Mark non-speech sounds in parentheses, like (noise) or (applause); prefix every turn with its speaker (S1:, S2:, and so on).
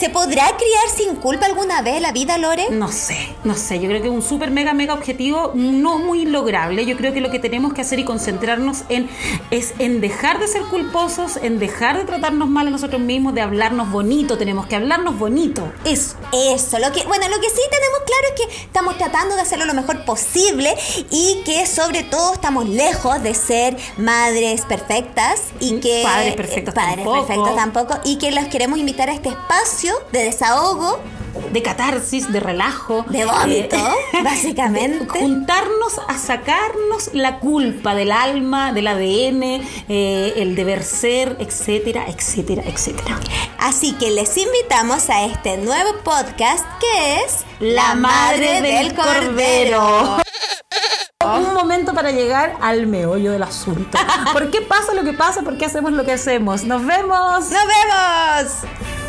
S1: ¿Se podrá criar sin culpa alguna vez la vida, Lore?
S2: No sé, no sé. Yo creo que es un súper mega mega objetivo no muy lograble. Yo creo que lo que tenemos que hacer y concentrarnos en es en dejar de ser culposos, en dejar de tratarnos mal a nosotros mismos, de hablarnos bonito. Tenemos que hablarnos bonito. Eso.
S1: Eso, lo que, bueno, lo que sí tenemos claro es que estamos tratando de hacerlo lo mejor posible y que sobre todo estamos lejos de ser madres perfectas y que
S2: Padres perfectos
S1: padres
S2: tampoco.
S1: perfectos tampoco y que los queremos invitar a este espacio de desahogo,
S2: De catarsis, de relajo.
S1: de vómito,
S2: (laughs) Eh,
S1: básicamente.
S2: juntarnos a sacarnos la culpa del alma, del ADN, eh, el deber ser, etcétera, etcétera, etcétera.
S1: Así que les invitamos a este nuevo podcast que es
S2: Un momento para llegar al meollo del asunto. ¿Por qué pasa lo que pasa? ¿Por qué hacemos lo que hacemos? Nos vemos.
S1: Nos vemos.